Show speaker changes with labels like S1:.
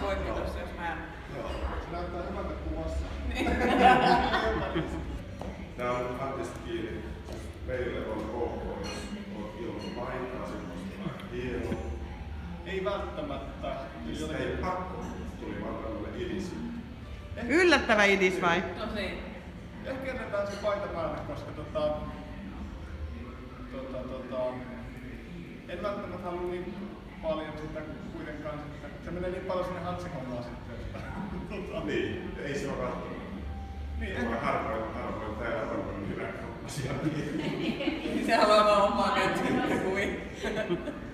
S1: toimitus, jos mä en.
S2: Joo, se näyttää hyvältä kuvassa.
S3: Tämä on faktisesti kiinni. Siis Meille on ok, jos on ilman paikkaa, semmoista vähän hieno.
S2: Ei välttämättä.
S3: Siis ei
S2: Jotenkin-
S3: pakko, tuli vaan tämmöinen idis.
S4: Yllättävä idis vai?
S1: Tosi.
S2: Ehkä jätetään se paita päälle, koska tota, tota, tota, en välttämättä halua niin paljon sitä kuitenkaan. Sitten. Se menee niin paljon sinne hatsikommaan sitten. että tota,
S3: Niin, ei se ole välttämättä.
S2: niin,
S3: Mä
S2: ehkä,
S3: harvoin, harvoin täällä on hyvä asia.
S1: Se haluaa vaan omaa kättä kuin.